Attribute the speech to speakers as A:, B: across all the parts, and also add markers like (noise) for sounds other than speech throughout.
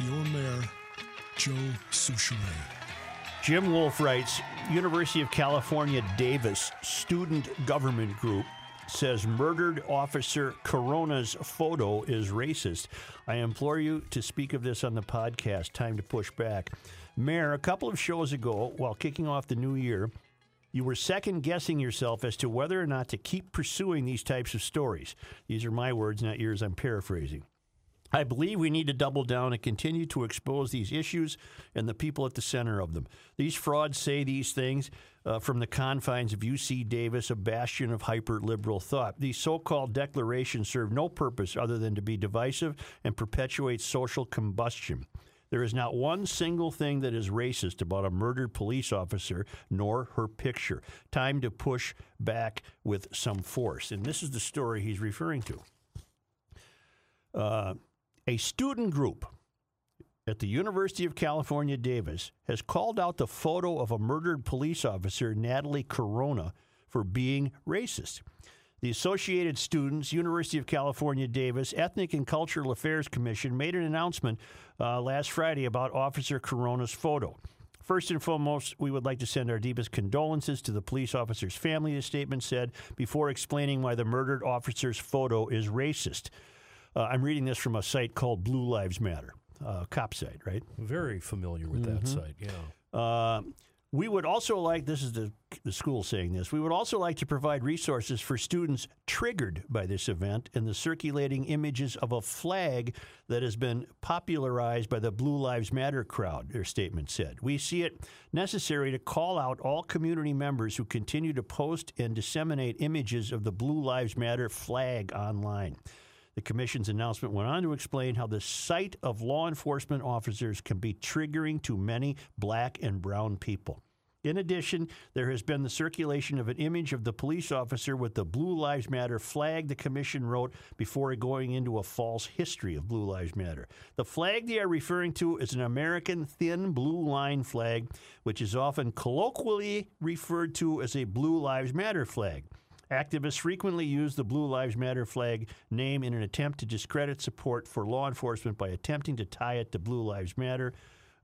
A: your mayor, Joe Souchere.
B: Jim Wolf writes University of California Davis Student Government Group says murdered officer Corona's photo is racist. I implore you to speak of this on the podcast. Time to push back. Mayor, a couple of shows ago, while kicking off the new year, you were second guessing yourself as to whether or not to keep pursuing these types of stories. These are my words, not yours. I'm paraphrasing. I believe we need to double down and continue to expose these issues and the people at the center of them. These frauds say these things uh, from the confines of UC Davis, a bastion of hyper liberal thought. These so called declarations serve no purpose other than to be divisive and perpetuate social combustion. There is not one single thing that is racist about a murdered police officer nor her picture. Time to push back with some force. And this is the story he's referring to a student group at the University of California, Davis, has called out the photo of a murdered police officer, Natalie Corona, for being racist. The Associated Students, University of California, Davis Ethnic and Cultural Affairs Commission made an announcement uh, last Friday about Officer Corona's photo. First and foremost, we would like to send our deepest condolences to the police officer's family, the statement said, before explaining why the murdered officer's photo is racist. Uh, I'm reading this from a site called Blue Lives Matter, uh, cop site, right?
C: Very familiar with that
B: Mm-hmm.
C: site. Yeah.
B: Uh, we would also like this is the, the school saying this. We would also like to provide resources for students triggered by this event and the circulating images of a flag that has been popularized by the Blue Lives Matter crowd, their statement said. We see it necessary to call out all community members who continue to post and disseminate images of the Blue Lives Matter flag online. The commission's announcement went on to explain how the sight of law enforcement officers can be triggering to many black and brown people. In addition, there has been the circulation of an image of the police officer with the Blue Lives Matter flag the commission wrote before going into a false history of Blue Lives Matter. The flag they are referring to is an American thin blue line flag, which is often colloquially referred to as a Blue Lives Matter flag. Activists frequently use the Blue Lives Matter flag name in an attempt to discredit support for law enforcement by attempting to tie it to Blue Lives Matter,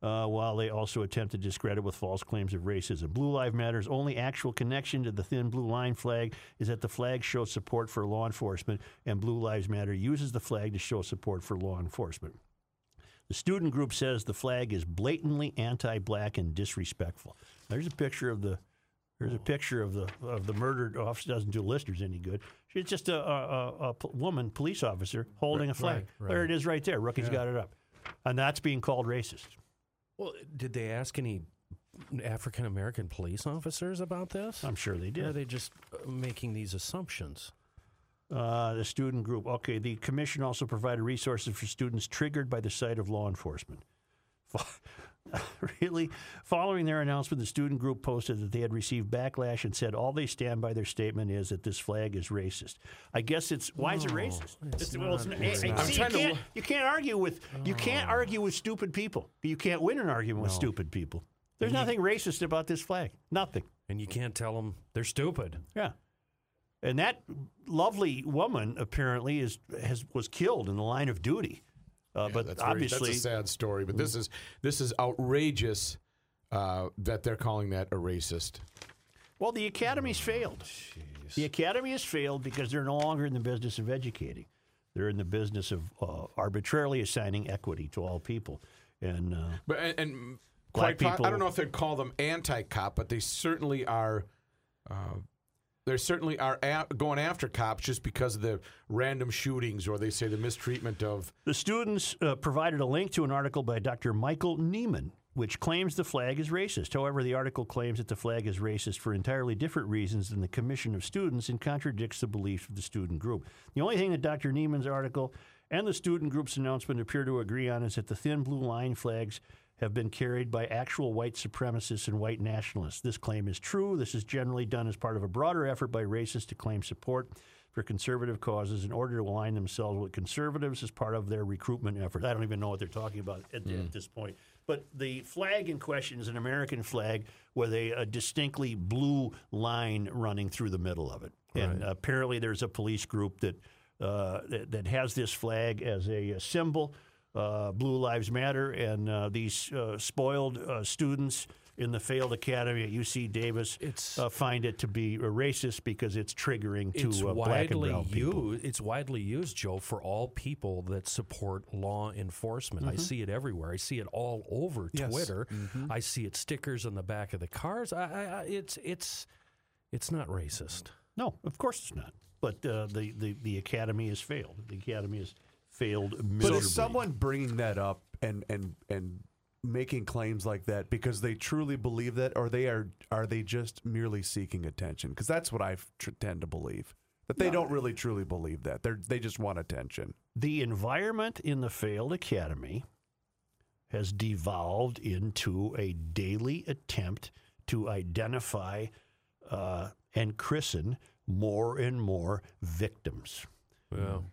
B: uh, while they also attempt to discredit with false claims of racism. Blue Lives Matter's only actual connection to the thin blue line flag is that the flag shows support for law enforcement, and Blue Lives Matter uses the flag to show support for law enforcement. The student group says the flag is blatantly anti-black and disrespectful. There's a picture of the there's a picture of the of the murdered officer. Doesn't do listeners any good. She's just a, a, a- a pl- woman police officer holding a flag.
C: right,
B: There
C: right.
B: it is, right there. Rookie's got it up, and that's being called racist.
C: Well, did they ask any African American police officers about this?
B: I'm sure they
C: Or Are
B: did.
C: they just uh, making these assumptions?
B: Uh, the student group. Okay, the commission also provided resources for students triggered by the sight of law enforcement. (laughs) Fo- really? Following their announcement, the student group posted that they had received backlash and said all they stand by their statement is that this flag is racist. I guess it's why is it
C: No,
B: racist?
C: it's
B: well, it's
C: not
B: not- eh, eh,
C: racist.
B: see,
C: I'm
B: you,
D: trying to
B: can't,
D: lo-
B: you can't argue with you can't argue with stupid people. But you can't win an argument with
C: No.
B: stupid people. There's nothing racist about this flag. Nothing.
C: And you can't tell them they're stupid.
B: Yeah. And that lovely woman apparently is has was killed in the line of duty. Uh, but
D: that's very-
B: obviously, Mm-hmm.
D: that's a sad story. But this is this is outrageous uh, that they're calling that a racist.
B: well, the academy's failed. The academy has failed because they're no longer in the business of educating. They're in the business of uh, arbitrarily assigning equity to all people. And uh,
D: But and, and
B: Black
D: quite po-
B: people-
D: I don't know if they'd call them anti-cop, but they certainly are. Uh, they certainly are a- going after cops just because of the random shootings, or they say the mistreatment of.
B: The students uh, provided a link to an article by Dr. Michael Neiman, which claims the flag is racist. However, the article claims that the flag is racist for entirely different reasons than the Commission of Students and contradicts the beliefs of the student group. The only thing that Dr. Neiman's article and the student group's announcement appear to agree on is that the thin blue line flags have been carried by actual white supremacists and white nationalists. This claim is true. This is generally done as part of a broader effort by racists to claim support for conservative causes in order to align themselves with conservatives as part of their recruitment effort. I don't even know what they're talking about at, the- at this point. But the flag in question is an American flag with a, a distinctly blue line running through the middle of it. And apparently, there's a police group that, uh, that that has this flag as a, uh, symbol. Uh, blue Lives Matter, and uh, these uh, spoiled uh, students in the failed academy at UC Davis
C: It's-
B: uh, find it to be racist because it's triggering to
C: it's
B: uh, black and
C: widely
B: brown people.
C: used. It's widely used, Joe, for all people that support law enforcement.
B: Mm-hmm.
C: I see it everywhere. I see it all over
A: Yes.
C: Twitter. I see it stickers on the back of the cars. I, I, I, it's it's it's not racist.
B: No, of course it's not. But uh, the, the the academy has failed. The academy has failed miserably.
E: But is someone bringing that up and and and making claims like that because they truly believe that, or they are are they just merely seeking attention? Because that's what I f- tr- tend to believe that they don't really truly believe that they they just want attention.
B: the environment in the failed academy has devolved into a daily attempt to identify uh, and christen more and more victims.
C: Well,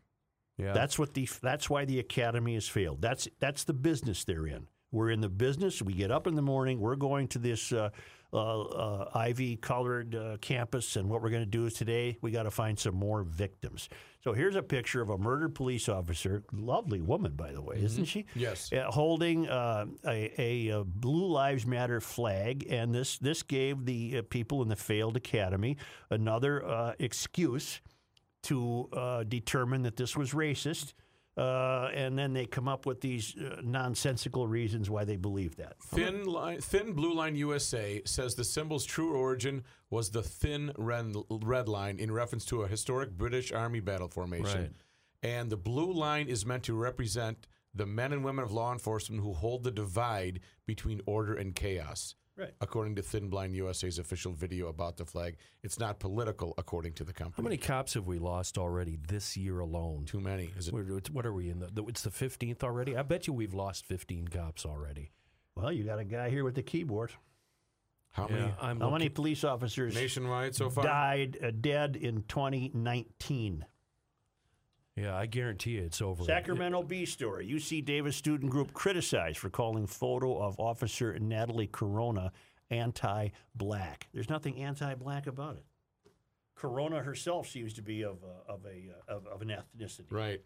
E: Yeah,
B: That's what the that's why the academy has failed. That's that's the business they're in. We're in the business. We get up in the morning. We're going to this uh, uh, uh, ivy-colored uh, campus, and what we're going to do is today we got to find some more victims. So here's a picture of a murdered police officer. Lovely woman, by the way, isn't she?
D: Yes.
B: uh, holding uh, a, a, uh Blue Lives Matter flag, and this this gave the uh, people in the failed academy another uh, excuse to uh, determine that this was racist. Uh, and then they come up with these uh, nonsensical reasons why they believe that.
D: Thin line, thin blue line USA says the symbol's true origin was the thin red, red line in reference to a historic British Army battle formation,
C: Right.
D: and the blue line is meant to represent the men and women of law enforcement who hold the divide between order and chaos.
B: Right.
D: According to Thin Blind USA's official video about the flag, it's not political, according to the
C: how
D: company.
C: many cops have we lost already this year alone?
D: Too many. Is it?
C: We're- it's- what are we in the, the? It's the fifteenth already. I bet you we've lost fifteen cops already.
B: Well, you got a guy here with the keyboard.
D: How many?
C: I'm
B: How many
C: looking-
B: police officers
D: Nationwide so far.
B: died uh, dead in 2019?
C: Yeah, I guarantee you it's over.
B: Sacramento Bee story. UC Davis student group criticized for calling photo of Officer Natalie Corona anti-black. There's nothing anti-black about it. Corona herself seems to be of a, of a uh, of, of an ethnicity.
D: Right.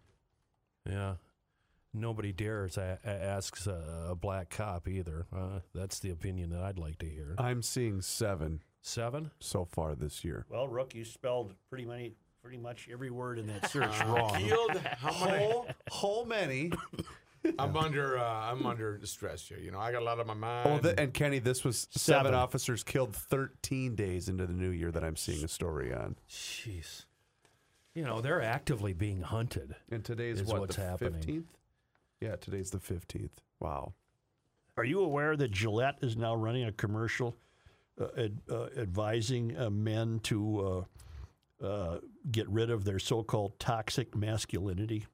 C: Yeah. Nobody dares a- a- asks a, a black cop either. Uh, that's the opinion that I'd like to hear.
E: I'm seeing seven
C: Seven?
E: so far this year.
B: Well, Rook, you spelled pretty many pretty much every word in that
E: (laughs)
B: search wrong.
D: Yield. (laughs) How many?
E: whole many.
D: I'm under. Uh, I'm under stress here. You know, I got a lot on my mind.
E: Oh, the, and Kenny, this was seven.
B: Seven.
E: officers killed 13 days into the new year that I'm seeing a story on.
C: Jeez. You know, they're actively being hunted.
E: And today's
C: Is
E: what
C: what's
E: the
C: happening.
E: 15th? Yeah, today's the 15th. Wow.
B: Are you aware that Gillette is now running a commercial uh, ad, uh, advising uh, men to uh, uh, get rid of their so-called toxic masculinity?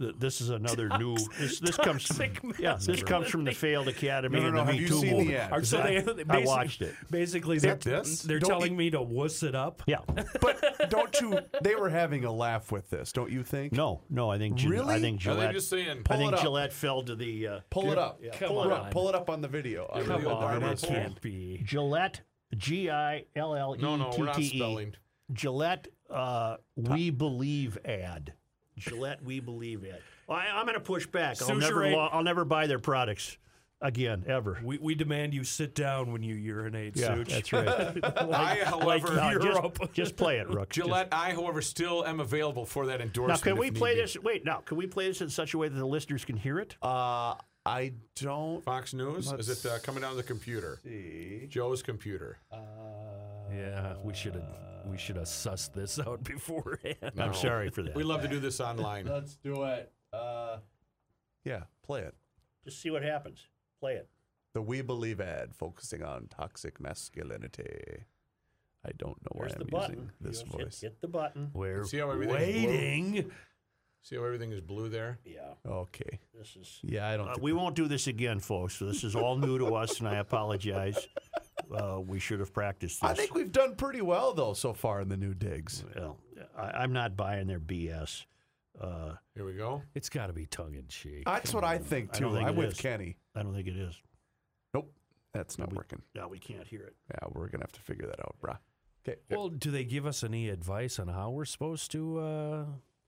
B: Th- This is another new. This, this comes. yeah, this comes from the failed academy
E: No, no,
B: and
E: no,
B: the
E: have
B: Me
E: you
B: Too
E: seen the
B: movement.
E: ad? Are-
C: so
B: I,
C: they- they
B: I
C: basi-
B: watced it.
C: Basically, they're,
D: this?
C: they're
E: Don't e
C: telling me to wuss it up.
B: Yeah.
E: But don't you? They were having a laugh with this, don't you think?
B: No, no. I think. Gil- I
E: Really?
B: think
D: Are they
B: Gillette.
D: just saying?
B: I
E: Pull
B: think
E: it up.
B: Gillette fell to the. Uh,
E: Pull it up.
C: Come
E: pull it
C: on.
E: up. Pull it up on the video. On
D: Come
E: the
D: on,
E: barber
D: it
E: pole.
D: can't
C: be.
B: Gillette. G i l l e t t e.
D: No, no, we're not spelling.
B: Gillette uh, We Believe ad. Gillette We Believe ad. Well, I, I'm going to push back. I'll
C: Sushi
B: never,
C: rate.
B: lo- I'll never buy their products again, ever.
C: We, we demand you sit down when you urinate,
B: Yeah,
C: Such.
B: that's right.
D: I,
C: like
D: however,
B: Uh,
C: Europe.
B: just, (laughs) just play it, Rook. Just-
D: Gillette. I, however, still am available for that
B: Now,
D: endorsement.
B: can
D: if
B: we
D: need
B: play
D: be.
B: this? Wait, now, can we play this in such a way that the listeners can hear it?
E: Uh, I don't.
D: Fox News? Is
E: Let's
D: it uh, coming down the computer?
E: see.
D: Joe's computer.
C: (laughs) yeah, we should have we should have sussed this (laughs) out beforehand.
B: I'm sorry for that.
D: We love to do this online.
E: Let's do it. Uh, yeah, play it.
B: just see what happens. Play it.
E: The We Believe ad focusing on toxic masculinity. I don't know why
B: There's
E: I'm
B: the
E: using
B: button.
E: this
B: Just hit-
E: voice.
B: Hit, the button.
C: We're
D: See how everything's
C: waiting
D: See how everything is blue there?
B: Yeah,
E: Okay.
B: this is.
E: Yeah, I don't.
B: Uh,
E: think
B: we won't do this again, folks. This is all new to us, and I apologize. Uh, we should have practiced this.
E: I think we've done pretty well though so far in the new digs.
B: Well, I, I'm not buying their BS. Uh,
D: Here we go.
C: It's got to be tongue in cheek.
E: That's what I think
B: I
E: too.
B: don't think
E: I'm
B: it
E: with
B: is.
E: Kenny.
B: I don't think it is.
E: Nope, that's not working.
B: No, we can't hear it.
E: Yeah, we're gonna have to figure that out, bruh. Okay.
C: Well, do they give us any advice on how we're supposed to uh,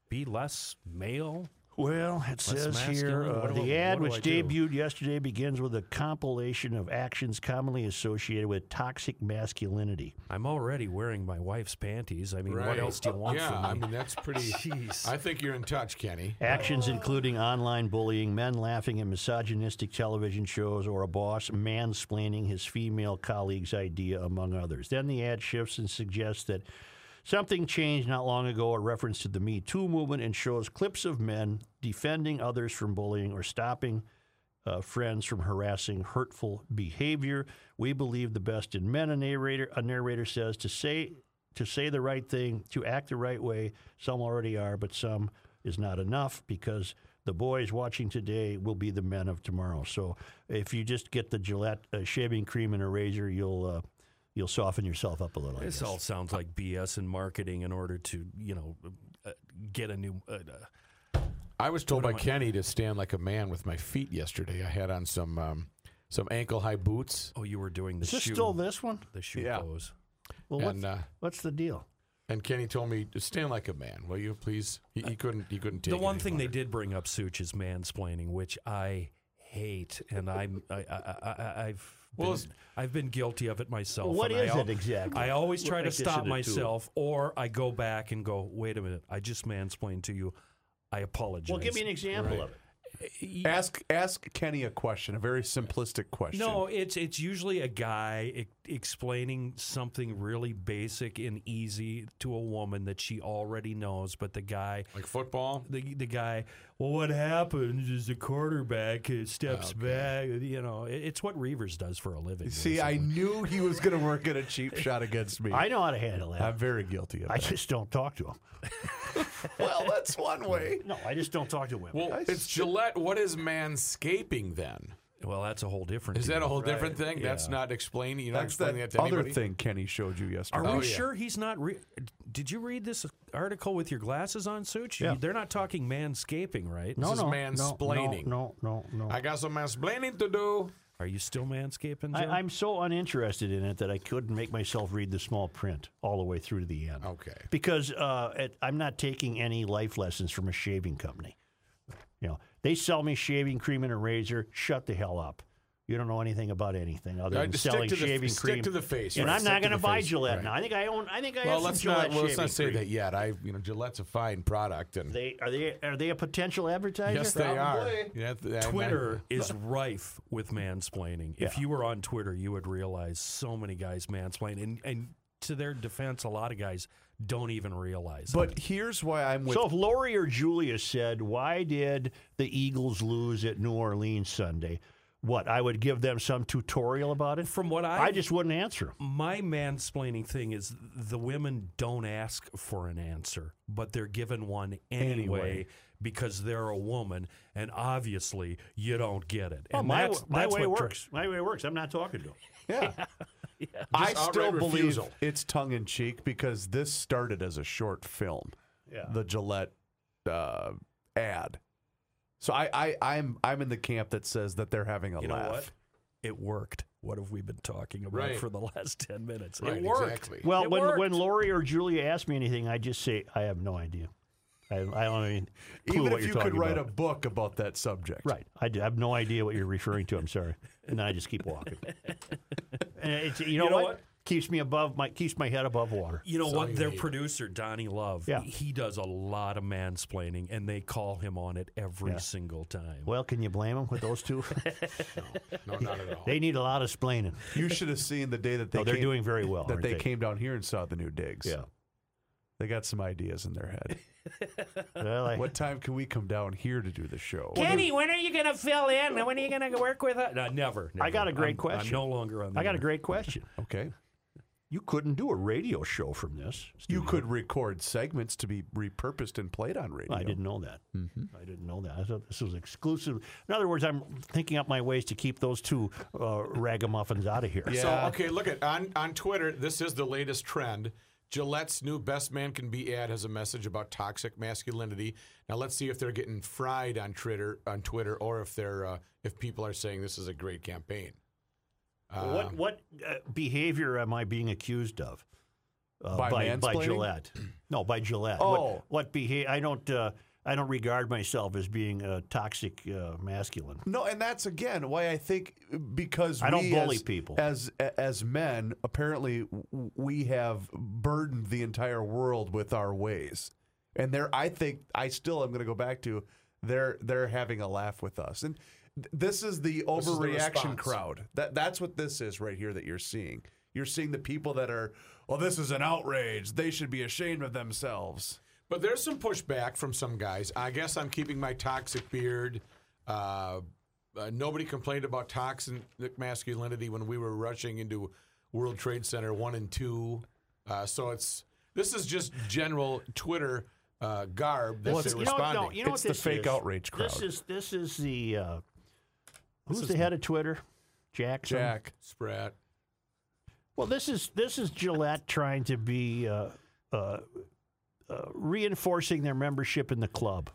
C: be less male?
B: Well, it says here
C: masculine?
B: uh,
C: What do
B: the
C: I-
B: ad,
C: what do
B: which
C: I do?"
B: debuted yesterday, begins with a compilation of actions commonly associated with toxic masculinity.
C: I'm already wearing my wife's panties. I mean, what else do you want
D: yeah,
C: from me?
D: I mean, that's pretty.
C: (laughs) Jeez.
D: I think you're in touch, Kenny.
B: Actions including online bullying, men laughing at misogynistic television shows, or a boss mansplaining his female colleague's idea, among others. Then the ad shifts and suggests that something changed not long ago, a reference to the Me Too movement, and shows clips of men defending others from bullying or stopping uh, friends from harassing hurtful behavior. We believe the best in men. A narrator, a narrator says to say to say the right thing, to act the right way. Some already are, but some is not enough because the boys watching today will be the men of tomorrow. So if you just get the Gillette uh, shaving cream and a razor, you'll uh, you'll soften yourself up a little. I
C: This
B: guess.
C: all sounds like BS in marketing in order to, you know, uh, get a new. Uh, uh,
D: I was told by Kenny to stand like a man with my feet yesterday. I had on some um, some ankle high boots,
C: oh, you were doing the
B: is this
C: shoe.
B: still this one?
C: the shoe
E: Yeah.
C: pose.
B: Well, what's,
D: and uh,
B: what's the deal?
D: and Kenny told me to stand like a man. Will you please? He, he couldn't. He couldn't take
C: The one
D: it
C: thing
D: anymore.
C: they did bring up, Such, is mansplaining, which I hate, and I'm I, I, I, I-
B: (laughs)
C: I've
D: Well,
C: been,
D: it's-
C: I've been guilty of it myself.
B: What
C: and I
B: is
C: al-
B: it exactly?
C: I always try
B: Like
C: to
B: this
C: stop
B: into it.
C: myself, or I go back and go, "Wait a minute, I just mansplained to you. I apologize."
B: Well, give me an example of it.
E: Ask ask Kenny a question, a very simplistic question.
C: No, it's it's usually a guy e- explaining something really basic and easy to a woman that she already knows, but the guy
D: like football.
C: the the guy. Well, what happens is the quarterback uh, steps back. You know, it, it's what Reavers does for a living.
E: See, I knew he was gonna work at a cheap shot against me.
B: I know how to handle that.
E: I'm very guilty of
B: I
E: it.
B: just don't talk to him.
E: Well, that's
B: (laughs)
E: one way.
B: No, I just don't talk to women.
D: Well, it's Gillette. What is manscaping then?
C: well, that's a whole different.
D: Is that a
C: deal.
D: whole different thing? That's not explaining. You're not
E: That's the
D: explaining that to
E: other
D: anybody.
E: thing Kenny showed you
C: Are
E: yesterday.
C: we
D: Oh, yeah.
C: sure he's not? Re- Did you read this article with your glasses on, Such?
B: Yeah.
C: They're not talking manscaping, right?
B: no,
D: this is
B: Oh, no,
D: mansplaining.
B: No, no, no. no.
D: I got some mansplaining to do.
C: Are you still manscaping?
B: I,
C: Jim?
B: I'm so uninterested in it that I couldn't make myself read the small print all the way through to the end.
D: Okay.
B: Because uh, it, I'm not taking any life lessons from a shaving company. You know, they sell me shaving cream and a razor. Shut the hell up. You don't know anything about anything other
D: Uh,
B: than
D: just stick
B: selling
D: to the-
B: shaving
D: stick
B: cream.
D: to the face,
B: And
D: right,
B: I'm
D: stick
B: not
D: to
B: going to
D: the
B: buy
D: face,
B: Gillette
D: right.
B: now. I think I own. I think I
D: Well,
B: have
D: let's
B: some Gillette
D: not. Well, let's
B: shaving
D: not say
B: cream.
D: that yet. I, you know, Gillette's a fine product, and
B: They are they are they a potential advertiser?
D: yes, they are. Yeah, th- and I-
C: Twitter is rife with mansplaining. If you were on Twitter, you would realize so many guys mansplain, and and to their defense, a lot of guys don't even realize. it.
E: But here's why I'm with
B: So if Lori or Julia said, "Why did the Eagles lose at New Orleans Sunday?" What I would give them some tutorial about it.
C: from what
B: I
C: I,
B: just wouldn't answer them.
C: my mansplaining thing is the women don't ask for an answer, but they're given one anyway,
E: Anyway.
C: because they're a woman, and obviously you don't get it. And
B: my
C: that's,
B: my
C: that's
B: way
C: what dri-
B: works. my way works. I'm not talking to them.
E: (laughs) Yeah. I
D: Just
E: still
D: outright
E: believe
D: refusal.
E: it's tongue in cheek because this started as a short film,
B: Yeah.
E: the Gillette uh, ad. So I, I, I'm, I'm in the camp that says that they're having a
C: you know
E: laugh.
C: what? It worked. What have we been talking about
D: Right.
C: for the (laughs) last ten minutes?
D: Right,
C: it worked.
D: Exactly.
B: Well,
C: It
B: when when
C: worked.
B: Lori or Julia asked me anything, I just say I have no idea. I, I don't even clue what
E: Even if
B: you're
E: you could
B: talking
E: write
B: about.
E: a book about that subject,
B: Right. I d- I have no idea what you're referring to. I'm sorry. And then I just keep
E: (laughs)
B: walking. and it's, you know,
C: know
B: what?
C: what?
B: Keeps me above my keeps my head above water.
C: You know what?
D: you
C: Their
D: need.
C: producer, Donnie Love,
B: Yeah.
C: he does a lot of mansplaining, and they call him on it every single time.
B: Well, can you blame them with those
E: (laughs)
B: two?
D: no, not at all.
B: they need a lot of splaining.
E: You should have seen the day that
B: (laughs)
E: they
B: No, they're
E: came,
B: doing very well.
E: that
B: aren't
E: they,
B: they,
E: came down here and saw the new digs.
B: Yeah.
E: they got some ideas in their
B: (laughs)
E: head.
B: Well, I-
E: what time can we come down here to do the show?
C: Kenny, when are you going to fill in? When are you going to work with us? No, never,
B: I got
C: never.
B: a great
C: I'm-
B: question.
E: (laughs)
C: I'm no longer on. The
B: I got a
C: air.
B: great question.
E: Okay,
B: You couldn't do a radio show from this.
E: You
B: studio.
E: could record segments to be repurposed and played on radio.
B: I didn't know that.
E: Mm-hmm.
B: I didn't know that. I thought this was exclusive. In other words, I'm thinking up my ways to keep those two uh, ragamuffins out of here.
D: So okay, look at on on Twitter. This is the latest trend. Gillette's new best man can be ad has a message about toxic masculinity. Now let's see if they're getting fried on Twitter on Twitter or if they're uh, if people are saying this is a great campaign.
B: what what uh, behavior am I being accused of? Uh, by,
E: By
B: by
E: mansplaining?
B: Gillette. No, by Gillette.
E: Oh.
B: What, what behavior? I don't. Uh, I don't regard myself as being uh, toxic uh, masculine.
E: No, and that's again why I think because
B: I don't
E: we
B: bully
E: as,
B: people.
E: as as men. Apparently, w- we have burdened the entire world with our ways, and there I think I still am going to go back to they're they're having a laugh with us, and th- this is the
D: is the
E: overreaction
D: response.
E: crowd. That that's what this is right here that you're seeing. You're seeing the people that are well, this is an outrage. They should be ashamed of themselves.
D: But there's some pushback from some guys. I guess I'm keeping my toxic beard. Uh, uh, nobody complained about toxic masculinity when we were rushing into World Trade Center one and two. Uh, so it's this is just general Twitter uh, garb that they're
B: you know,
D: responding.
B: no, you know what
E: It's the
B: this
E: fake
B: is?
E: outrage
B: This
E: crowd.
B: is this is the uh, who's the head of Twitter? Jackson.
E: Jack,
B: (laughs)
D: Sprat.
B: Well, this is this is Gillette trying to be uh, uh, uh, reinforcing their membership in the club,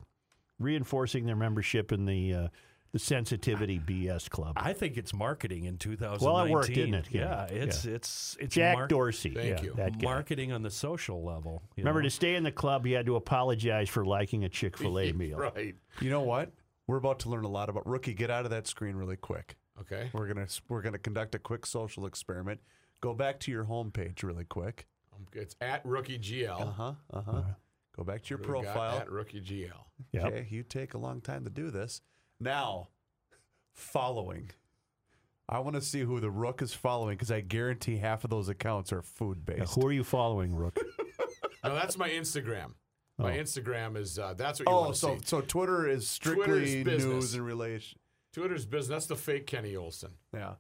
B: reinforcing their membership in the uh, the sensitivity BS club.
C: I think it's marketing in 2019.
B: Well, it worked, didn't it, Kenny?
C: Yeah, it's
B: Yeah.
C: it's it's
B: Jack
C: mar-
B: Dorsey.
D: Thank
B: yeah,
D: you.
B: That guy.
C: marketing on the social level. you
B: Remember,
C: know?
B: to stay in the club, you had to apologize for liking a Chick Fil
C: (laughs)
B: A meal.
D: Right.
E: you know what? We're about to learn a lot about rookie. Get out of that screen really quick.
D: Okay.
E: We're gonna we're gonna conduct a quick social experiment. Go back to your homepage really quick.
D: Um, It's at rookie GL.
B: Uh-huh.
E: Uh huh. Uh huh. Go back to your
D: We Oh. got
E: profile.
D: at rookie GL.
B: Yep.
E: Okay, you take a long time to do this. Now, following. I want to see who the rook is following because I guarantee half of those accounts are food
B: Now,
E: based.
B: who are you following, Rook?
D: No, that's my Instagram. My
B: Oh.
D: Instagram is uh, that's what you
E: oh,
D: want to
E: so
D: see.
E: so Twitter is strictly
D: business.
E: news and relation.
D: Twitter's business. That's the fake Kenny Olson.
E: Yeah.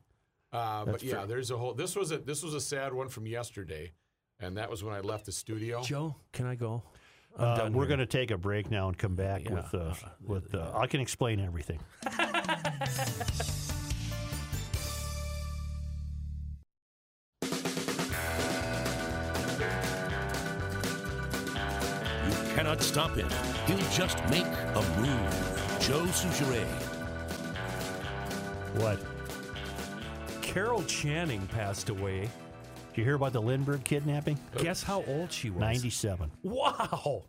D: Uh, but
B: That's
D: yeah,
B: true.
D: there's a whole. This was a this was a sad one from yesterday, and that was when I left the studio.
C: Joe, can I go? I'm
B: Uh,
C: done
B: we're
C: here.
B: going to take a break now and come back
C: Yeah,
B: with uh,
C: uh,
B: with uh, I can explain everything.
F: cannot stop him. He'll just make a move. Joe Souchere.
B: What?
C: Carol Channing passed away.
B: Did you hear about the Lindbergh kidnapping?
C: Guess how old she was?
B: Ninety-seven.
C: Wow.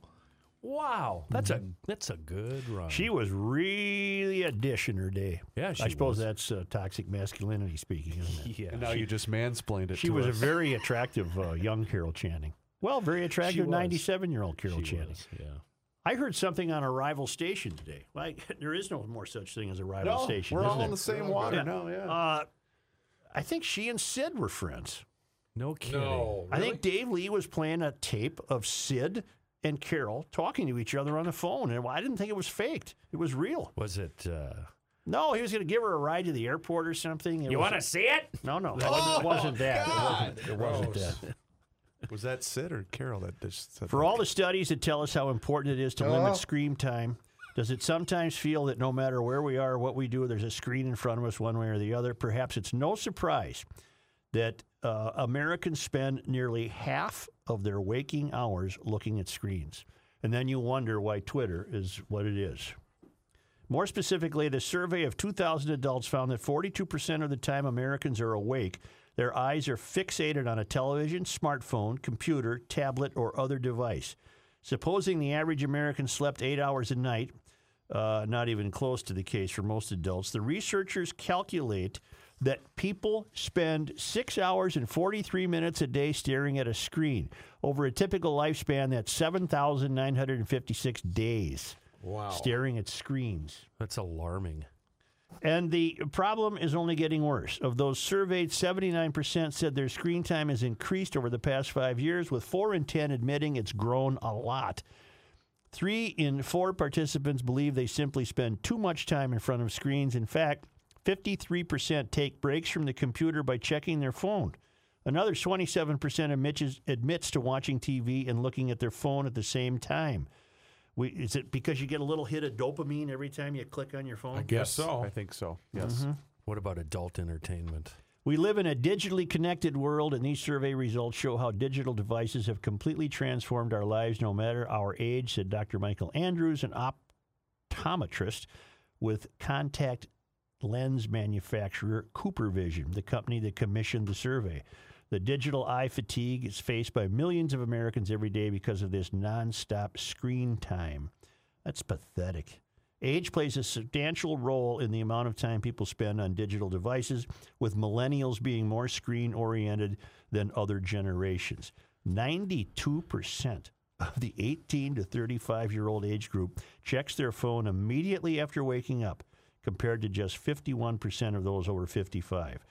C: Wow. That's a that's a good run.
B: Mm-hmm. She was really a dish in her day.
C: Yeah,
B: I
C: she
B: suppose
C: was.
B: that's uh, toxic masculinity speaking, isn't it?
C: (laughs) yeah.
E: And now you just mansplained it.
B: She
E: to
B: was a
E: us.
B: very attractive uh, young Carol Channing. Well, very attractive
C: was.
B: 97 year old Carol
C: she
B: Channing.
C: was, Yeah.
B: I heard something on a rival station today. Like, (laughs) there is no more such thing as a rival
E: No,
B: station.
E: we're
B: is
E: all
B: there?
E: in the same water
B: Yeah.
E: now. Yeah.
B: Uh, I think she and Sid were friends.
C: No kidding.
D: No,
B: I think Dave Lee was playing a tape of Sid and Carol talking to each other on the phone, and I didn't think it was faked. It was real.
C: Was it uh,
B: No, he was going to give her a ride to the airport or something. It
C: You
B: was-
C: want to see it?
B: No, no, it wasn't, it wasn't that. It wasn't- It wasn't,
D: Gross.
B: that.
E: was that Sid or Carol that just said
B: For all the studies that tell us how important it is to limit screen time, does it sometimes feel that no matter where we are, or what we do, there's a screen in front of us one way or the other? Perhaps it's no surprise that uh, Americans spend nearly half of their waking hours looking at screens. And then you wonder why Twitter is what it is. More specifically, the survey of 2,000 adults found that 42% of the time Americans are awake, their eyes are fixated on a television, smartphone, computer, tablet, or other device. Supposing the average American slept eight hours a night, uh, not even close to the case for most adults, the researchers calculate that people spend six hours and 43 minutes a day staring at a screen. Over a typical lifespan, that's 7,956 days
D: Wow.
B: staring at screens.
C: That's alarming.
B: And the problem is only getting worse. Of those surveyed, 79% said their screen time has increased over the past five years, with four in 10 admitting it's grown a lot. Three in four participants believe they simply spend too much time in front of screens. In fact, 53% take breaks from the computer by checking their phone. Another 27% admits, admits to watching TV and looking at their phone at the same time. We, is it because you get a little hit of dopamine every time you click on your phone?
D: I guess
E: I
D: so.
E: think so. Mm-hmm. Yes.
C: What about adult entertainment?
B: We live in a digitally connected world, and these survey results show how digital devices have completely transformed our lives, no matter our age, said Dr. Michael Andrews, an optometrist with contact lens manufacturer Cooper Vision, the company that commissioned the survey. The digital eye fatigue is faced by millions of Americans every day because of this nonstop screen time. That's pathetic. Age plays a substantial role in the amount of time people spend on digital devices, with millennials being more screen oriented than other generations. 92% of the 18 to 35 year old age group checks their phone immediately after waking up, compared to just 51% of those over 55.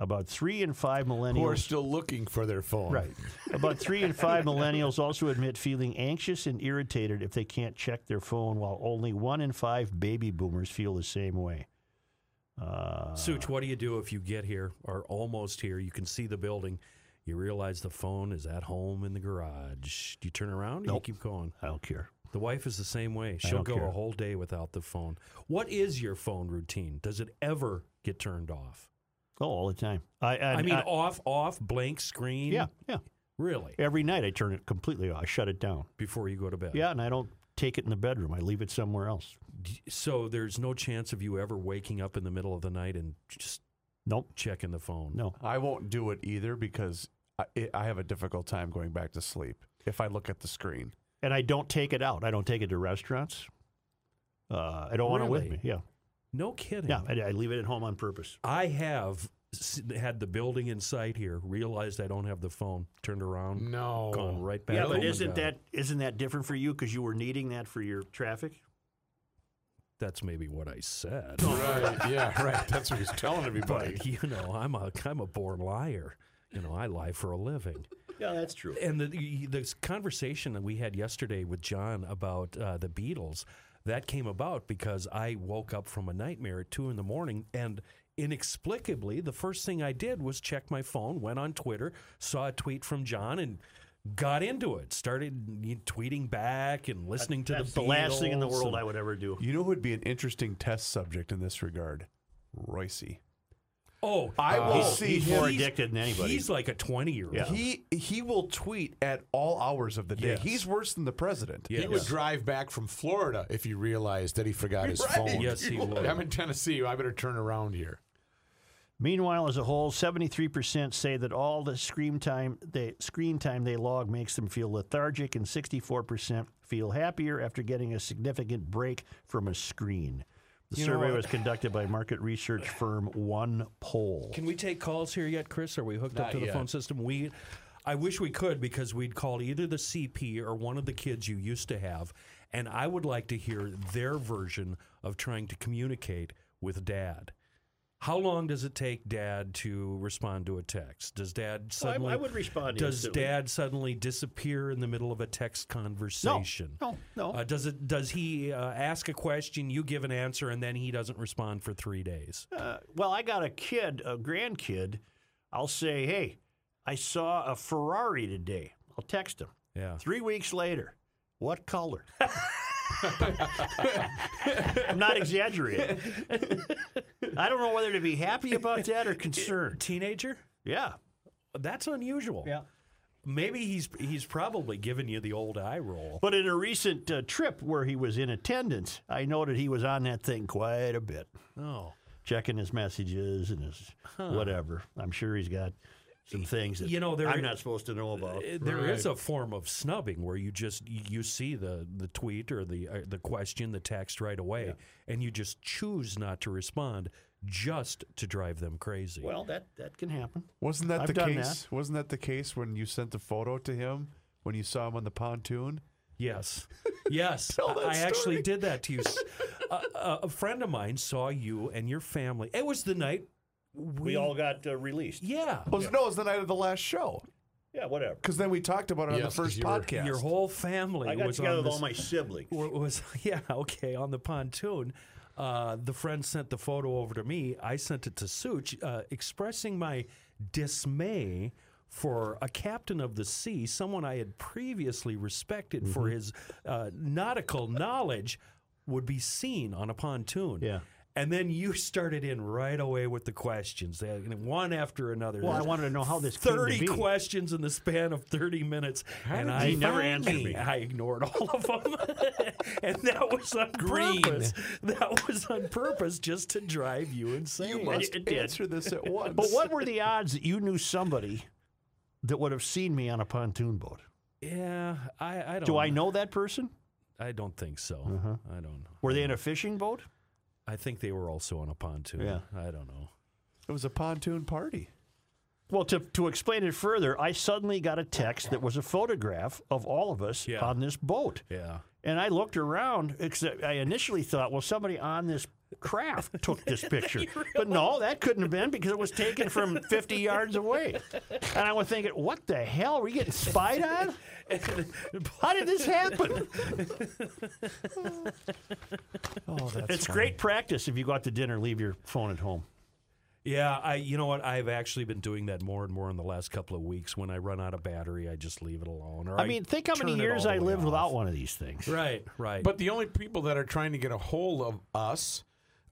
B: About three in five millennials.
D: Who are still looking for their phone.
B: Right. About three in five millennials also admit feeling anxious and irritated if they can't check their phone, while only one in five baby boomers feel the same way. Uh,
C: Such, what do you do if you get here or almost here? You can see the building. You realize the phone is at home in the garage. Do you turn around or
B: Nope.
C: you keep going?
B: I don't care.
C: The wife is the same way. She'll
B: don't
C: go
B: care.
C: a whole day without the phone. What is your phone routine? Does it ever get turned off?
B: Oh, all the time. I, I,
C: I, mean, off, off, blank screen.
B: yeah, yeah.
C: Really?
B: Every night I turn it completely off. I shut it down.
C: Before you go to bed.
B: Yeah, and I don't take it in the bedroom. I leave it somewhere else.
C: D- So there's no chance of you ever waking up in the middle of the night and just
B: Nope.
C: checking the phone.
B: No.
E: I won't do it either because I, it, I have a difficult time going back to sleep if I look at the screen.
B: And I don't take it out. I don't take it to restaurants. Uh, I don't want it with
C: Really?
B: me. Yeah.
C: No kidding.
B: Yeah. I, I leave it at home on purpose.
C: I have s- had the building in sight here, realized I don't have the phone, turned around,
D: No.
C: gone right back.
B: yeah,
C: home
B: but
C: and
B: isn't
C: done it.
B: that isn't that different for you because you were needing that for your traffic?
C: That's maybe what I said.
D: Right. Yeah, right. That's what he's telling everybody.
C: (laughs) but you know, I'm a I'm a born liar. You know, I lie for a living.
B: Yeah, that's true.
C: And the- the this conversation that we had yesterday with John about uh, the Beatles that came about because I woke up from a nightmare at two in the morning and. Inexplicably, the first thing I did was check my phone, went on Twitter, saw a tweet from John, and got into it. Started you know, tweeting back and listening to
B: That's
C: the
B: the last thing in the
C: Beatles
B: world
C: and-
B: I would ever do.
E: You know who would be an interesting test subject in this regard? Royce. Uh,
C: Oh,
E: I will
B: he's-
E: see
B: he's
E: him.
B: more addicted than anybody.
C: He's like a twenty-year-old.
B: Yeah.
E: He he will tweet at all hours of the day.
C: Yes.
E: He's worse than the president.
D: He would drive back from Florida if he realized that he forgot his phone.
C: Yes, he would.
D: I'm in Tennessee. I better turn around here.
B: Meanwhile, as a whole, 73% say that all the screen time they screen time they log makes them feel lethargic and 64% feel happier after getting a significant break from a screen. The
C: You know
B: survey
C: what?
B: was conducted by market research firm One Poll.
C: Can we take calls here yet, Chris? Are we hooked up
D: Not
C: to the
D: yet.
C: phone system? We, I wish we could because we'd call either the CP or one of the kids you used to have, and I would like to hear their version of trying to communicate with Dad. How long does it take Dad to respond to a text? Does Dad
B: Well, Oh, I- I
C: suddenly?
B: would respond
C: Does
B: instantly.
C: Dad suddenly disappear in the middle of a text conversation?
B: no, no.
C: Uh, does it? Does he uh, ask a question? You give an answer, and then he doesn't respond for three days.
B: Uh, well, I got a kid, a grandkid. I'll say, hey, I saw a Ferrari today. I'll text him.
C: Yeah.
B: Three weeks later, what color? I'm not exaggerating. I don't know whether to be happy about that or concerned.
C: Teenager.
B: Yeah.
C: That's unusual. Maybe he's he's probably giving you the old eye roll.
B: But in a recent uh, trip where he was in attendance, I noted he was on that thing quite a bit,
C: Oh.
B: checking his messages and his whatever. I'm sure he's got some things that
C: You know, there- uh,
B: I'm not supposed to know about.
C: Eh, There is a form of snubbing where you just you see the the tweet or the uh, the question, the text right away and you just choose not to respond just to drive them crazy.
B: Well, that that can happen.
E: Wasn't that
B: I've
E: the
B: done
E: case? Wasn't that the case when you sent the photo to him when you saw him on the pontoon?
B: (laughs)
C: Yes. Yes. I I actually did that to you. S- a, a- a friend of mine saw you and your family. It was the night we,
B: We all got uh, released.
C: Yeah.
E: It was, No, it was the night of the last show.
B: Yeah, whatever.
E: Because then we talked about it on
D: Yes,
E: the
D: 'cause
E: first
D: you were-
E: podcast.
C: Your whole family
B: I got
C: was
B: together with
C: on this
B: all my siblings.
C: Wa- was (laughs) yeah okay on the pontoon. Uh, the friend sent the photo over to me. I sent it to Such, uh, expressing my dismay for a captain of the sea, someone I had previously respected for
B: Mm-hmm.
C: his uh, nautical knowledge, would be seen on a pontoon.
B: Yeah.
C: And then you started in right away with the questions, they- one after another.
B: Well, I
C: There's
B: wanted to know how this came to
C: thirty
B: be.
C: questions in the span of thirty minutes, and
B: did
C: I
B: you never
C: find
B: answer me?
C: I ignored all of them, (laughs) and that was on
B: Green.
C: purpose. That was on purpose, just to drive you insane.
E: You
B: must
E: must
B: it did.
E: answer this at once.
B: But what were the odds that you knew somebody that would have seen me on a pontoon boat?
C: Yeah, I, I don't.
B: Do I Uh-huh. know that person?
C: I don't think so. I don't know.
B: Were they in a fishing boat?
C: I think they were also on a pontoon.
B: Yeah.
C: I don't know.
E: It was a pontoon party.
B: Well, to, to explain it further, I suddenly got a text that was a photograph of all of us
C: Yeah.
B: on this boat.
C: Yeah.
B: And I looked around, except I initially thought, well, somebody on this craft took (laughs) this picture. But no, that couldn't have been because it was taken (laughs) from 50 yards away. And I was thinking, what the hell? Were you getting spied (laughs) on? How did this happen?
E: Oh, that's
B: It's great practice if you go out to dinner, leave your phone at home.
C: Yeah, I you know what? I've actually been doing that more and more in the last couple of weeks. When I run out of battery, I just leave it alone. Or
B: I mean, think how many
C: turn it all
B: years
C: the
B: I
C: way
B: lived
C: off.
B: without one of these things.
C: Right, right.
D: But the only people that are trying to get a hold of us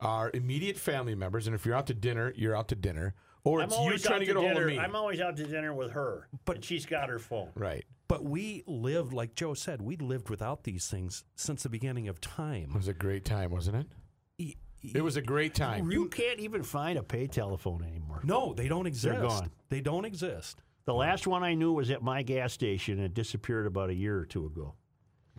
D: are immediate family members. And if you're out to dinner, you're out to dinner. Or it's you trying to get a hold of me.
B: always out to dinner with her, but she's got her phone.
D: right.
C: but we lived, like Joe said, we lived without these things since the beginning of
D: It
C: time. E,
D: was a great time, wasn't it? It was a great time.
B: You can't even find a pay telephone anymore.
C: No, they don't exist.
B: gone.
C: They don't exist.
B: The last one I knew was at my gas station and it disappeared about a year or two ago.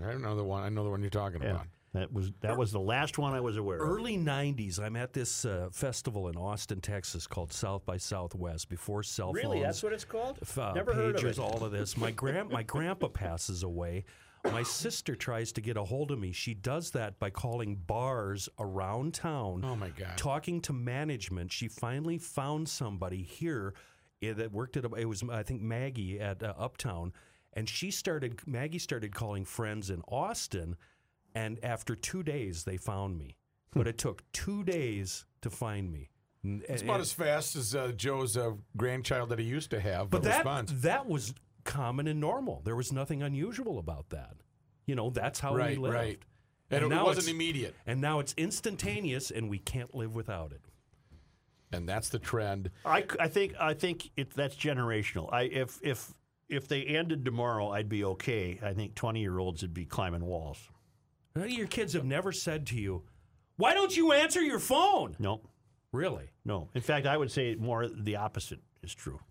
D: I don't know the one. I know the one you're talking about.
B: That was that was the last one I was aware of.
C: Er early 90s i'm at this uh, festival in austin texas called south by southwest before cell phones
B: what it's called?
C: f- uh, pagers, all of this. My grand, my grandpa passes away. My sister tries to get a hold of me. She does that by calling bars around town.
D: Oh, my God.
C: Talking to management. She finally found somebody here eh, that worked at a, it was I think Maggie at uh, Uptown, and she started Maggie started calling friends in Austin, and after two days they found me. But it took two days to find me. N- eh,
D: It's
C: and-
D: about as fast as uh, Joe's uh, grandchild that he used to have.
C: but
D: the
C: that
D: response.
C: that was common and normal. There was nothing unusual about that. You know, that's how
D: Right,
C: we lived.
D: right. And, it wasn't
C: it's-
D: immediate.
C: And now it's instantaneous, and we can't live without it.
D: And that's the trend.
B: I, I think I think it, that's generational. I if if if they ended tomorrow, I'd be okay. I think twenty year olds would be climbing walls.
C: None of your kids have never said to you, "Why don't you answer your phone?"
B: No,
C: Really?
B: no. In fact, I would say more the opposite is true.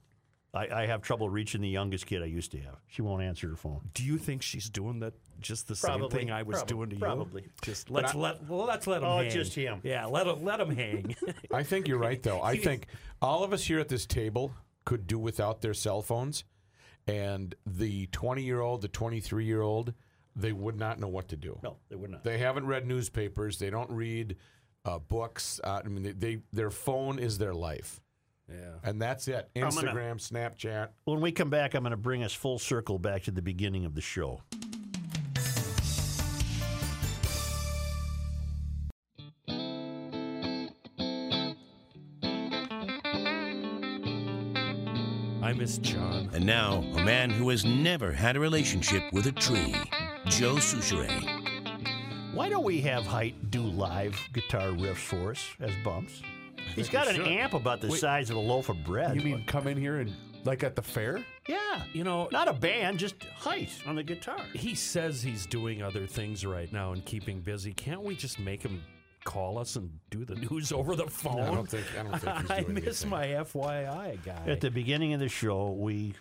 B: I, I have trouble reaching the youngest kid I used to have. She won't answer her phone.
C: Do you think she's doing that just the
B: Probably,
C: same thing I was
B: probably,
C: doing to
B: probably.
C: you? Just let's
D: I-
C: let well, let's let him.
B: Oh,
C: hang.
B: just him.
C: Yeah, let him let
B: (laughs)
C: him hang.
D: I think you're right, though. I think all of us here at this table could do without their cell phones, and the 20 year old, the 23 year old, they would not know what to do.
B: No, they would not.
D: They haven't read newspapers. They don't read uh, books. Uh, I mean, they, they their phone is their life,
C: yeah.
D: and that's it.
B: gonna-
D: Instagram, Snapchat.
B: When we come back, I'm going to bring us full circle back to the beginning of the show.
C: I miss John.
F: And now, a man who has never had a relationship with a tree, Joe Souchere.
B: Why don't we have Height do live guitar riffs for us as bumps? He's got an amp about the size of a loaf of bread.
E: You mean come in here and like at the fair?
B: Yeah.
C: You know,
B: Not a band, just Height on the guitar.
C: He says he's doing other things right now and keeping busy. Can't we just make him call us and do the news over the phone?
D: I don't think. I don't think. He's doing
C: (laughs) I miss
D: anything.
C: my FYI guy.
B: At the beginning of the show, we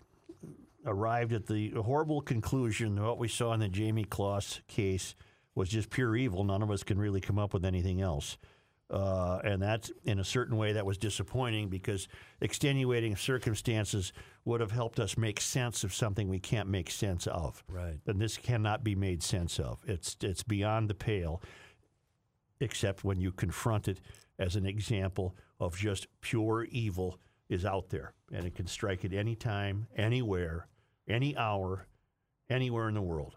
B: arrived at the horrible conclusion that what we saw in the Jamie Kloss case was just pure evil. None of us can really come up with anything else. Uh, and that's in a certain way that was disappointing because extenuating circumstances would have helped us make sense of something we can't make sense of.
C: Right.
B: And this cannot be made sense of. It's it's beyond the pale, except when you confront it as an example of just pure evil is out there, and it can strike at any time, anywhere, any hour, anywhere in the world.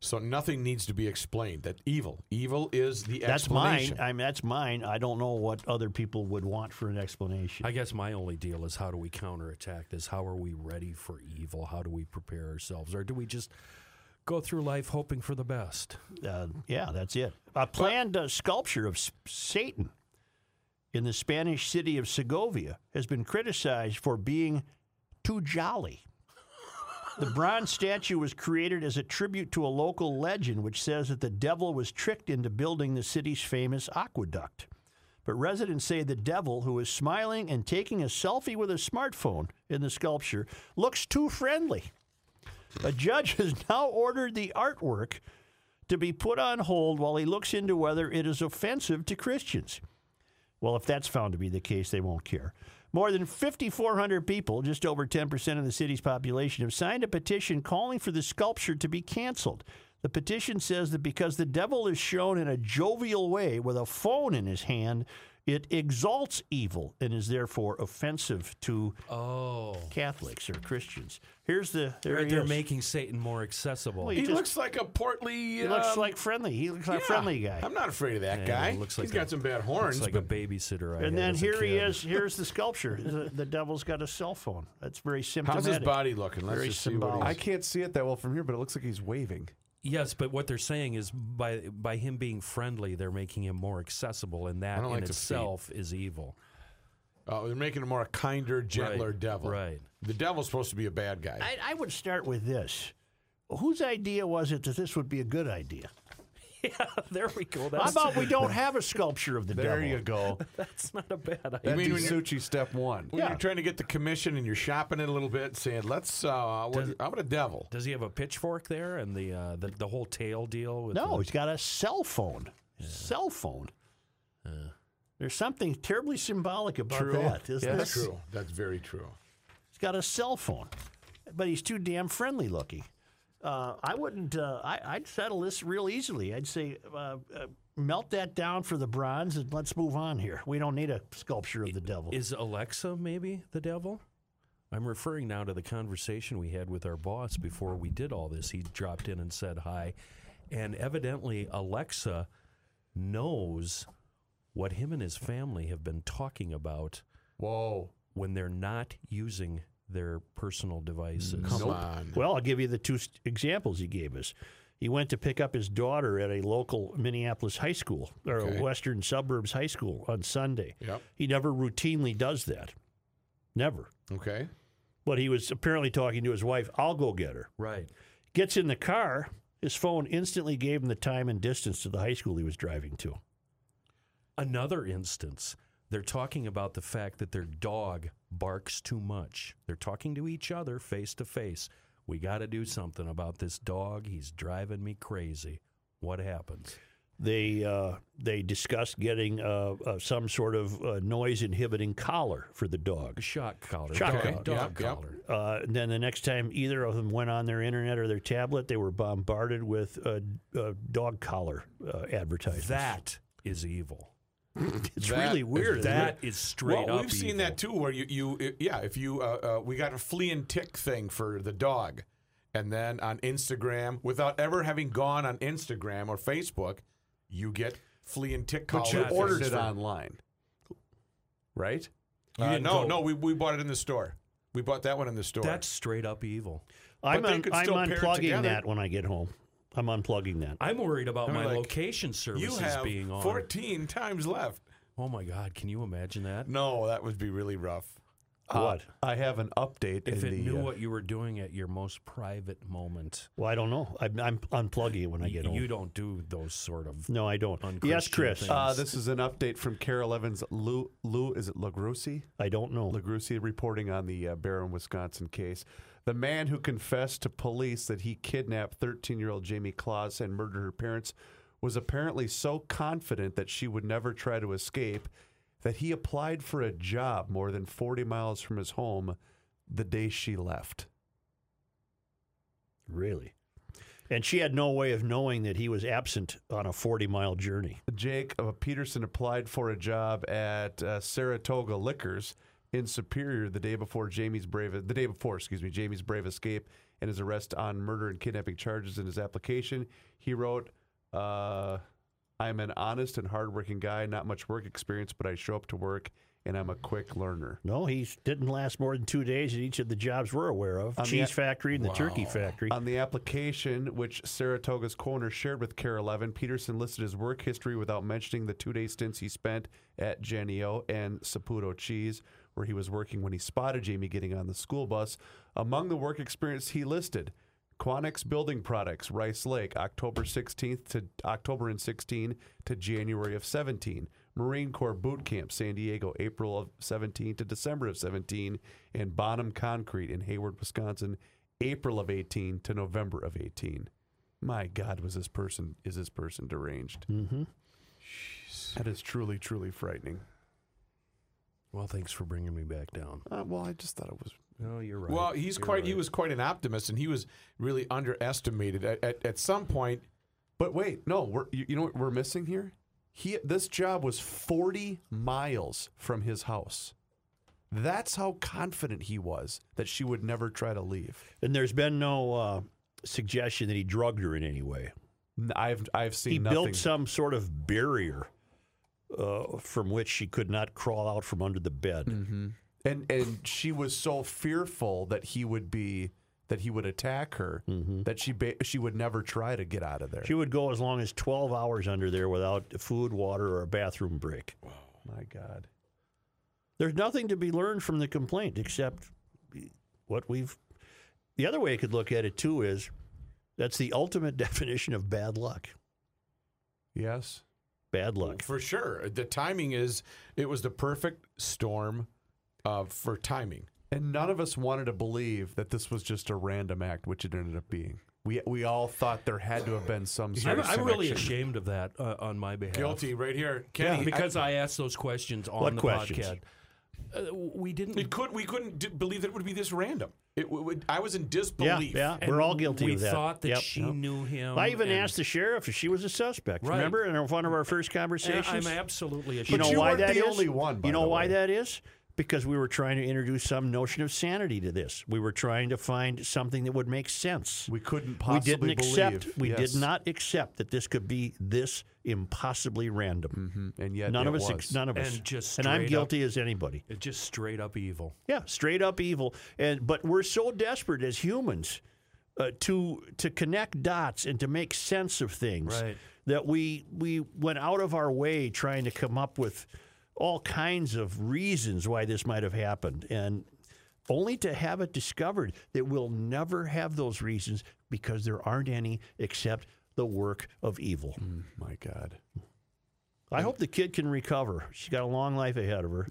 D: So nothing needs to be explained. That evil, evil is the
B: That's mine.
D: explanation.
B: I mean, that's mine. I don't know what other people would want for an explanation.
C: I guess my only deal is how do we counterattack this? How are we ready for evil? How do we prepare ourselves? Or do we just go through life hoping for the best?
B: uh, yeah, that's it. A planned uh, sculpture of S- Satan in the Spanish city of Segovia has been criticized for being too jolly. The bronze statue was created as a tribute to a local legend which says that the devil was tricked into building the city's famous aqueduct. But residents say the devil, who is smiling and taking a selfie with a smartphone in the sculpture, looks too friendly. A judge has now ordered the artwork to be put on hold while he looks into whether it is offensive to Christians. Well, if that's found to be the case, they won't care. More than 5,400 people, just over 10% of the city's population, have signed a petition calling for the sculpture to be canceled. The petition says that because the devil is shown in a jovial way with a phone in his hand, it exalts evil and is therefore offensive to
C: Oh.
B: Catholics or Christians. Here's the. There
C: They're,
B: he
C: they're
B: is.
C: making Satan more accessible.
B: Well,
D: he
B: just-
D: looks like a portly.
B: He
D: um,
B: looks like friendly. He looks like a friendly guy.
D: I'm not afraid of that
C: Yeah,
D: guy.
C: it looks like
D: He's got
C: a-
D: some bad horns,
C: It's like a
D: but
C: babysitter. I had
B: And then
C: as a
B: here he
C: kid.
B: is. Here's the sculpture. the, the devil's got a cell phone. That's very symptomatic.
D: how's his body looking? Let's
B: Very
D: just see what
E: I
D: he's.
B: symbolic.
E: can't see it that well from here, but it looks like he's waving.
C: Yes, but what they're saying is by by him being friendly, they're making him more accessible, and that
D: I
C: in
D: don't like the feet.
C: itself is evil.
D: Oh, they're making him more a kinder, gentler
C: Right,
D: devil.
C: right.
D: The devil's supposed to be a bad guy.
B: I, I would start with this. Whose idea was it that this would be a good idea?
C: there we go.
B: How
C: That's,
B: about we don't have a sculpture of the
E: There
B: devil?
E: you go.
C: that's not a bad idea.
E: That
D: mean when you're-
E: Suchi step one.
D: when
B: yeah.
D: you're trying to get the commission and you're shopping it a little bit, saying, "Let's," uh, what, how about a devil?
C: Does he have a pitchfork there and the uh, the, the whole tail deal? With
B: No,
C: the-
B: he's got a cell phone. Cell phone. There's something terribly symbolic about that, isn't there?
D: That's true. That's very true.
B: He's got a cell phone, but he's too damn friendly looking. Uh, I wouldn't. Uh, I, I'd settle this real easily. I'd say uh, uh, melt that down for the bronze, and let's move on here. We don't need a sculpture of the devil.
C: Is Alexa maybe the devil? I'm referring now to the conversation we had with our boss before we did all this. He dropped in and said hi. And evidently, Alexa knows what him and his family have been talking about
E: Whoa.
C: when they're not using their personal devices.
D: Come on.
B: Well, I'll give you the two s examples he gave us. He went to pick up his daughter at a local Minneapolis high school or
D: Okay.
B: a western suburbs high school on Sunday.
D: Yep.
B: He never routinely does that. Never.
D: Okay.
B: But he was apparently talking to his wife, I'll go get her.
C: Right.
B: Gets in the car. His phone instantly gave him the time and distance to the high school he was driving to.
C: Another instance, they're talking about the fact that their dog barks too much. They're talking to each other face to face. We got to do something about this dog. He's driving me crazy. What happens?
B: They uh, they discussed getting uh, uh, some sort of uh, noise inhibiting collar for the dog.
C: A shock collar.
B: Shock
C: dog,
B: collar.
C: dog
D: Yep, yep.
C: collar.
B: Uh, and then the next time either of them went on their internet or their tablet, they were bombarded with uh, uh, dog collar uh, advertisements.
C: That is evil.
B: it's
D: that
B: really
D: is
B: weird.
C: That is straight
D: well,
C: up.
D: we've seen
C: evil.
D: that too, where you, you i- yeah, if you, uh, uh, we got a flea and tick thing for the dog, and then on Instagram, without ever having gone on Instagram or Facebook, you get flea and tick
E: But you
D: collar.
E: ordered
D: things
E: it
D: for-
E: online, right?
C: You
D: Uh,
C: didn't
D: no,
C: go-
D: no, we, we bought it in the store. We bought that one in the store.
C: That's straight up evil.
B: I'm,
D: But they
B: un-
D: could
B: I'm
D: still pair it
B: unplugging
D: together.
B: that when I get home. I'm unplugging that.
C: I'm worried about
D: I mean,
C: my
D: like,
C: location services
D: you have
C: being on.
D: 14 times left.
C: Oh my God! Can you imagine that?
D: No, that would be really rough.
B: what?
E: I have an update.
C: Uh, If
E: in
C: it
E: the,
C: knew
E: uh,
C: what you were doing at your most private moment.
B: Well, I don't know. I'm, I'm unplugging it when I get home.
C: You don't do those sort of.
B: no, I don't. Yes,
C: Unchristian
B: Chris.
C: things.
E: Uh, this is an update from Carol Evans. Lou, Lou is it LaGrusi?
B: I don't know.
E: LaGrusi reporting on the uh, Barron, Wisconsin case. The man who confessed to police that he kidnapped 13 year old Jamie Claus and murdered her parents was apparently so confident that she would never try to escape that he applied for a job more than 40 miles from his home the day she left.
B: Really? And she had no way of knowing that he was absent on a 40 mile journey.
E: Jake uh, Peterson applied for a job at uh, Saratoga Liquors in Superior the day before Jamie's brave the day before, excuse me, Jamie's brave escape, and his arrest on murder and kidnapping charges in his application. He wrote, uh, I'm an honest and hardworking guy, not much work experience, but I show up to work and I'm a quick learner.
B: No, he didn't last more than two days at each of the jobs we're aware of
E: On the-
B: cheese factory and the turkey factory.
E: On the application, which Saratoga's coroner shared with Care 11, Peterson listed his work history without mentioning the two day stints he spent at Genio and Saputo Cheese, where he was working when he spotted Jamie getting on the school bus. Among the work experience he listed, Quanix Building Products, Rice Lake, October 16th to October and 16 to January of 17. Marine Corps Boot Camp, San Diego, April of 17 to December of 17, and Bonham Concrete in Hayward, Wisconsin, April of 18 to November of 18. My God, was this person is this person deranged? Mm-hmm. That is truly, truly frightening.
C: Well, thanks for bringing me back down.
E: Uh, well, I just thought it was
C: No, you're right.
D: Well, he's
C: You're
D: quite. He
C: right.
D: was quite an optimist, and he was really underestimated. At, at, at some point,
E: But wait, no, we're you, you know what we're missing here? He this job was 40 miles from his house. That's how confident he was that she would never try to leave.
B: and there's been no uh, suggestion that he drugged her in any way.
E: N- I've I've seen
B: He
E: nothing.
B: built some sort of barrier uh, from which she could not crawl out from under the bed.
E: and and she was so fearful that he would be that he would attack her that she ba- she would never try to get out of there.
B: Mm-hmm. She would go as long as 12 hours under there without food, water, or a bathroom break.
E: Oh My God.
B: There's nothing to be learned from the complaint except what we've. The other way I could look at it too is that's the ultimate (laughs) definition of bad luck.
E: Yes.
B: Bad luck.
D: for sure, the timing is. It was the perfect storm uh, for timing.
E: And none of us wanted to believe that this was just a random act, which it ended up being. We we all thought there had to have been some sort
C: I'm,
E: of
C: I'm really
E: connection.
C: ashamed of that uh, on my behalf.
D: Guilty right here, Kenny. I-
C: because I, asked those questions on
B: What
C: the
B: questions?
C: podcast. Uh, we didn't.
D: It could we couldn't d- believe that it would be this random. It, w- would I was in
B: Yeah,
D: disbelief.
B: yeah.
C: and
B: We're all guilty
C: we
B: of that.
C: thought that
B: Yep.
C: she
B: Yep.
C: knew him.
B: I even
C: and-
B: asked the sheriff if she was a suspect.
C: Right.
B: Remember in one
C: (laughs)
B: of our first
C: and
B: conversations?
C: I'm absolutely
B: you
C: ashamed.
B: know
E: you
B: why
E: weren't
B: that
E: the
B: is?
E: only one, by
B: you know
E: the
B: why
E: way.
B: that is? Because we were trying to introduce some notion of sanity to this. We were trying to find something that would make sense.
E: We couldn't possibly
B: we didn't accept.
E: believe.
B: We
E: Yes.
B: did not accept that this could be this impossibly random.
E: and yet
B: None
E: Mm-hmm. it
B: of us.
E: was.
B: ex- None of us.
C: And just
B: and I'm
C: straight up-
B: guilty as anybody.
C: It's just straight up evil.
B: Yeah, straight up evil. And but we're so desperate as humans uh, to to connect dots and to make sense of things
C: Right.
B: that we we went out of our way trying to come up with all kinds of reasons why this might have happened and only to have it discovered that we'll never have those reasons because there aren't any except the work of evil.
E: My God.
B: I hope the kid can recover. She's got a long life ahead of her.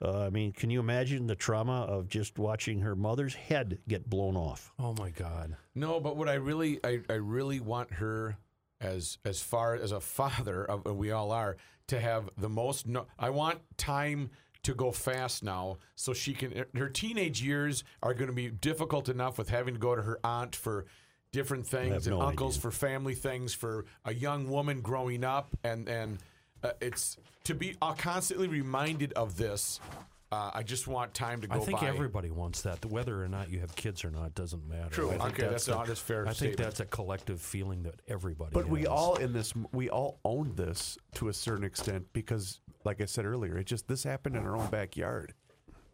B: Uh, I mean, can you imagine the trauma of just watching her mother's head get blown off?
C: Oh my God.
D: No, but what I really, I, I really want her as as far as a father, of, and we all are, to have the most. No, I want time to go fast now, so she can. Her teenage years are going to be difficult enough with having to go to her aunt for different things and
B: no
D: uncles for family things for a young woman growing up, and and uh, it's to be uh, constantly reminded of this. Uh, I just want time to go
C: I think
D: by.
C: everybody wants that. Whether or not you have kids or not doesn't matter.
D: True.
C: I think
D: Okay, that's
C: a-
D: a- that's fair
C: I think
D: statement.
C: that's a collective feeling that everybody.
E: But we
C: has.
E: all in this, we all owned this to a certain extent because, like I said earlier, it just this happened in our own backyard.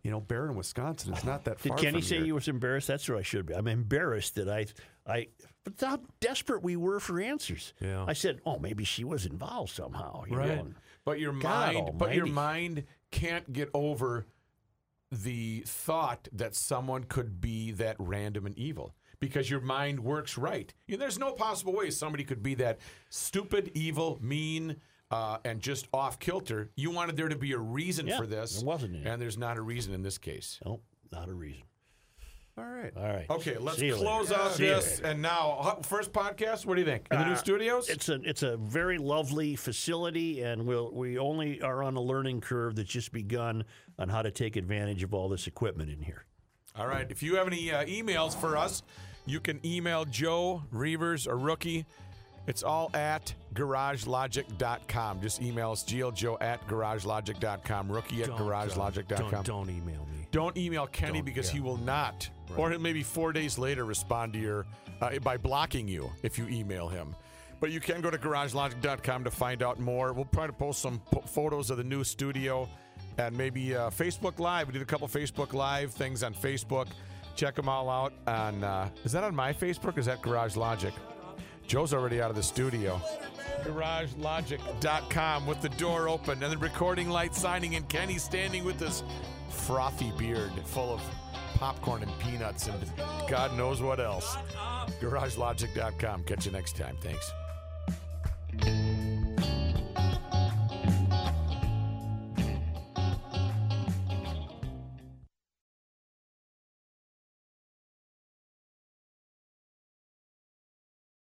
E: You know, Barron, Wisconsin, it's not that
B: Did
E: far.
B: Kenny
E: from
B: say
E: here.
B: you was embarrassed? That's what I should be. I'm embarrassed that I, I, but how desperate we were for answers.
C: Yeah.
B: I said, oh, maybe she was involved somehow. you know,
C: Right.
B: and-
D: But your
B: God
D: mind, but your
B: almighty.
D: mind can't get over the thought that someone could be that random and evil because your mind works right. You know, there's no possible way somebody could be that stupid, evil, mean, uh, and just off kilter. You wanted there to be a reason
B: Yeah,
D: for this.
B: there wasn't any.
D: And there's not a reason in this case.
B: no, not a reason.
E: All right.
B: All right.
D: Okay, let's
B: See you later.
D: close out
B: See you
D: this.
B: later.
D: And now, huh, first podcast, what do you think? In the new
B: Uh,
D: studios?
B: It's a it's a very lovely facility, and we'll, we only are on a learning curve that's just begun on how to take advantage of all this equipment in here.
D: All right. If you have any uh, emails for us, you can email Joe Reavers, a rookie, It's all at garagelogic.com. Just email us, gljoe at garagelogic.com, rookie at
C: Don't, don't,
D: garagelogic.com.
C: don't, don't email me.
D: Don't email Kenny
C: Don't,
D: because
C: yeah.
D: he will not, or he'll maybe four days later respond to your uh, by blocking you if you email him. But you can go to garagelogic.com to find out more. We'll try to post some po- photos of the new studio and maybe uh, Facebook Live. We did a couple Facebook Live things on Facebook. Check them all out. On uh, is that on my Facebook? Or is that Garage Logic? Joe's already out of the studio. GarageLogic.com with the door open and the recording light signing, and Kenny standing with his frothy beard full of popcorn and peanuts and God knows what else. GarageLogic.com. Catch you next time. Thanks.